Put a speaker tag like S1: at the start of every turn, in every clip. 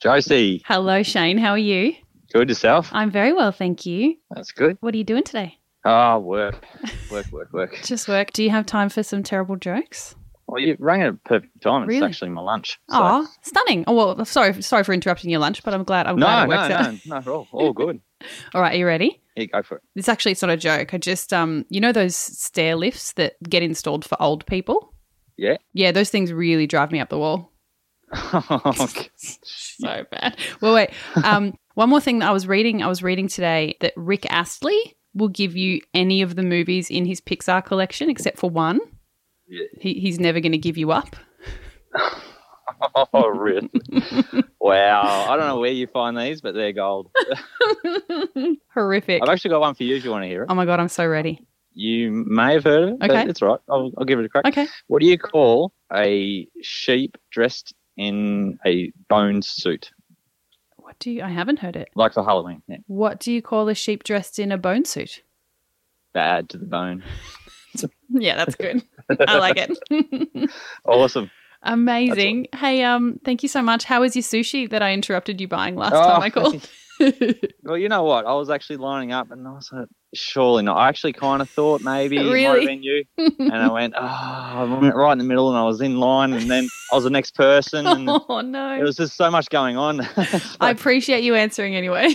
S1: Josie,
S2: Hello, Shane. How are you?
S1: good yourself?
S2: I'm very well, thank you.
S1: That's good.
S2: What are you doing today?
S1: Ah, work, work, work, work.
S2: Just work. Do you have time for some terrible jokes?
S1: Well, you rang at a perfect time. It's
S2: Really?
S1: actually my lunch. so-
S2: Oh, stunning. Oh, well, sorry, sorry for interrupting your lunch, but I'm glad. I'm
S1: no,
S2: glad it
S1: no,
S2: works out.
S1: no, no, all, all good.
S2: All right, are you ready?
S1: Here, go for it.
S2: This actually, it's not a joke. I just, um, you know, those stair lifts that get installed for old people.
S1: Yeah.
S2: Yeah, those things really drive me up the wall.
S1: Okay.
S2: so bad. Well, wait. Um, one more thing that I was reading. I was reading today that Rick Astley will give you any of the movies in his Pixar collection except for one.
S1: Yeah.
S2: He, he's never going to give you up.
S1: oh, really? wow. I don't know where you find these, but they're gold.
S2: Horrific.
S1: I've actually got one for you if you want to hear it.
S2: Oh my god, I'm so ready.
S1: You may have heard of it, but
S2: Okay.
S1: it's all right. I'll, I'll give it a crack.
S2: Okay.
S1: What do you call a sheep dressed in a bone suit,
S2: What do you? I haven't heard it.
S1: like for Halloween? Yeah.
S2: What do you call a sheep dressed in a bone suit?
S1: Bad to the bone.
S2: Yeah, that's good. I like it.
S1: Awesome.
S2: Amazing. Hey, um, thank you so much. How was your sushi that I interrupted you buying last
S1: Oh,
S2: time I called?
S1: Well, you know what? I was actually lining up and I was like, surely not. I actually kind of thought maybe it might
S2: Really?
S1: have been you. And I went, oh, I went right in the middle and I was in line and then I was the next person. And
S2: oh
S1: it
S2: no.
S1: was just so much going on. It's
S2: I
S1: like,
S2: appreciate you answering anyway.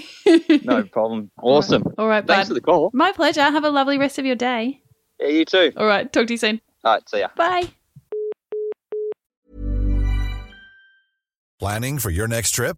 S1: no problem. Awesome.
S2: All right,
S1: Thanks
S2: bud.
S1: for the call.
S2: My pleasure. Have a lovely rest of your day.
S1: Yeah, you too.
S2: All right, talk to you soon.
S1: All right, see ya.
S2: Bye.
S3: Planning for your next trip?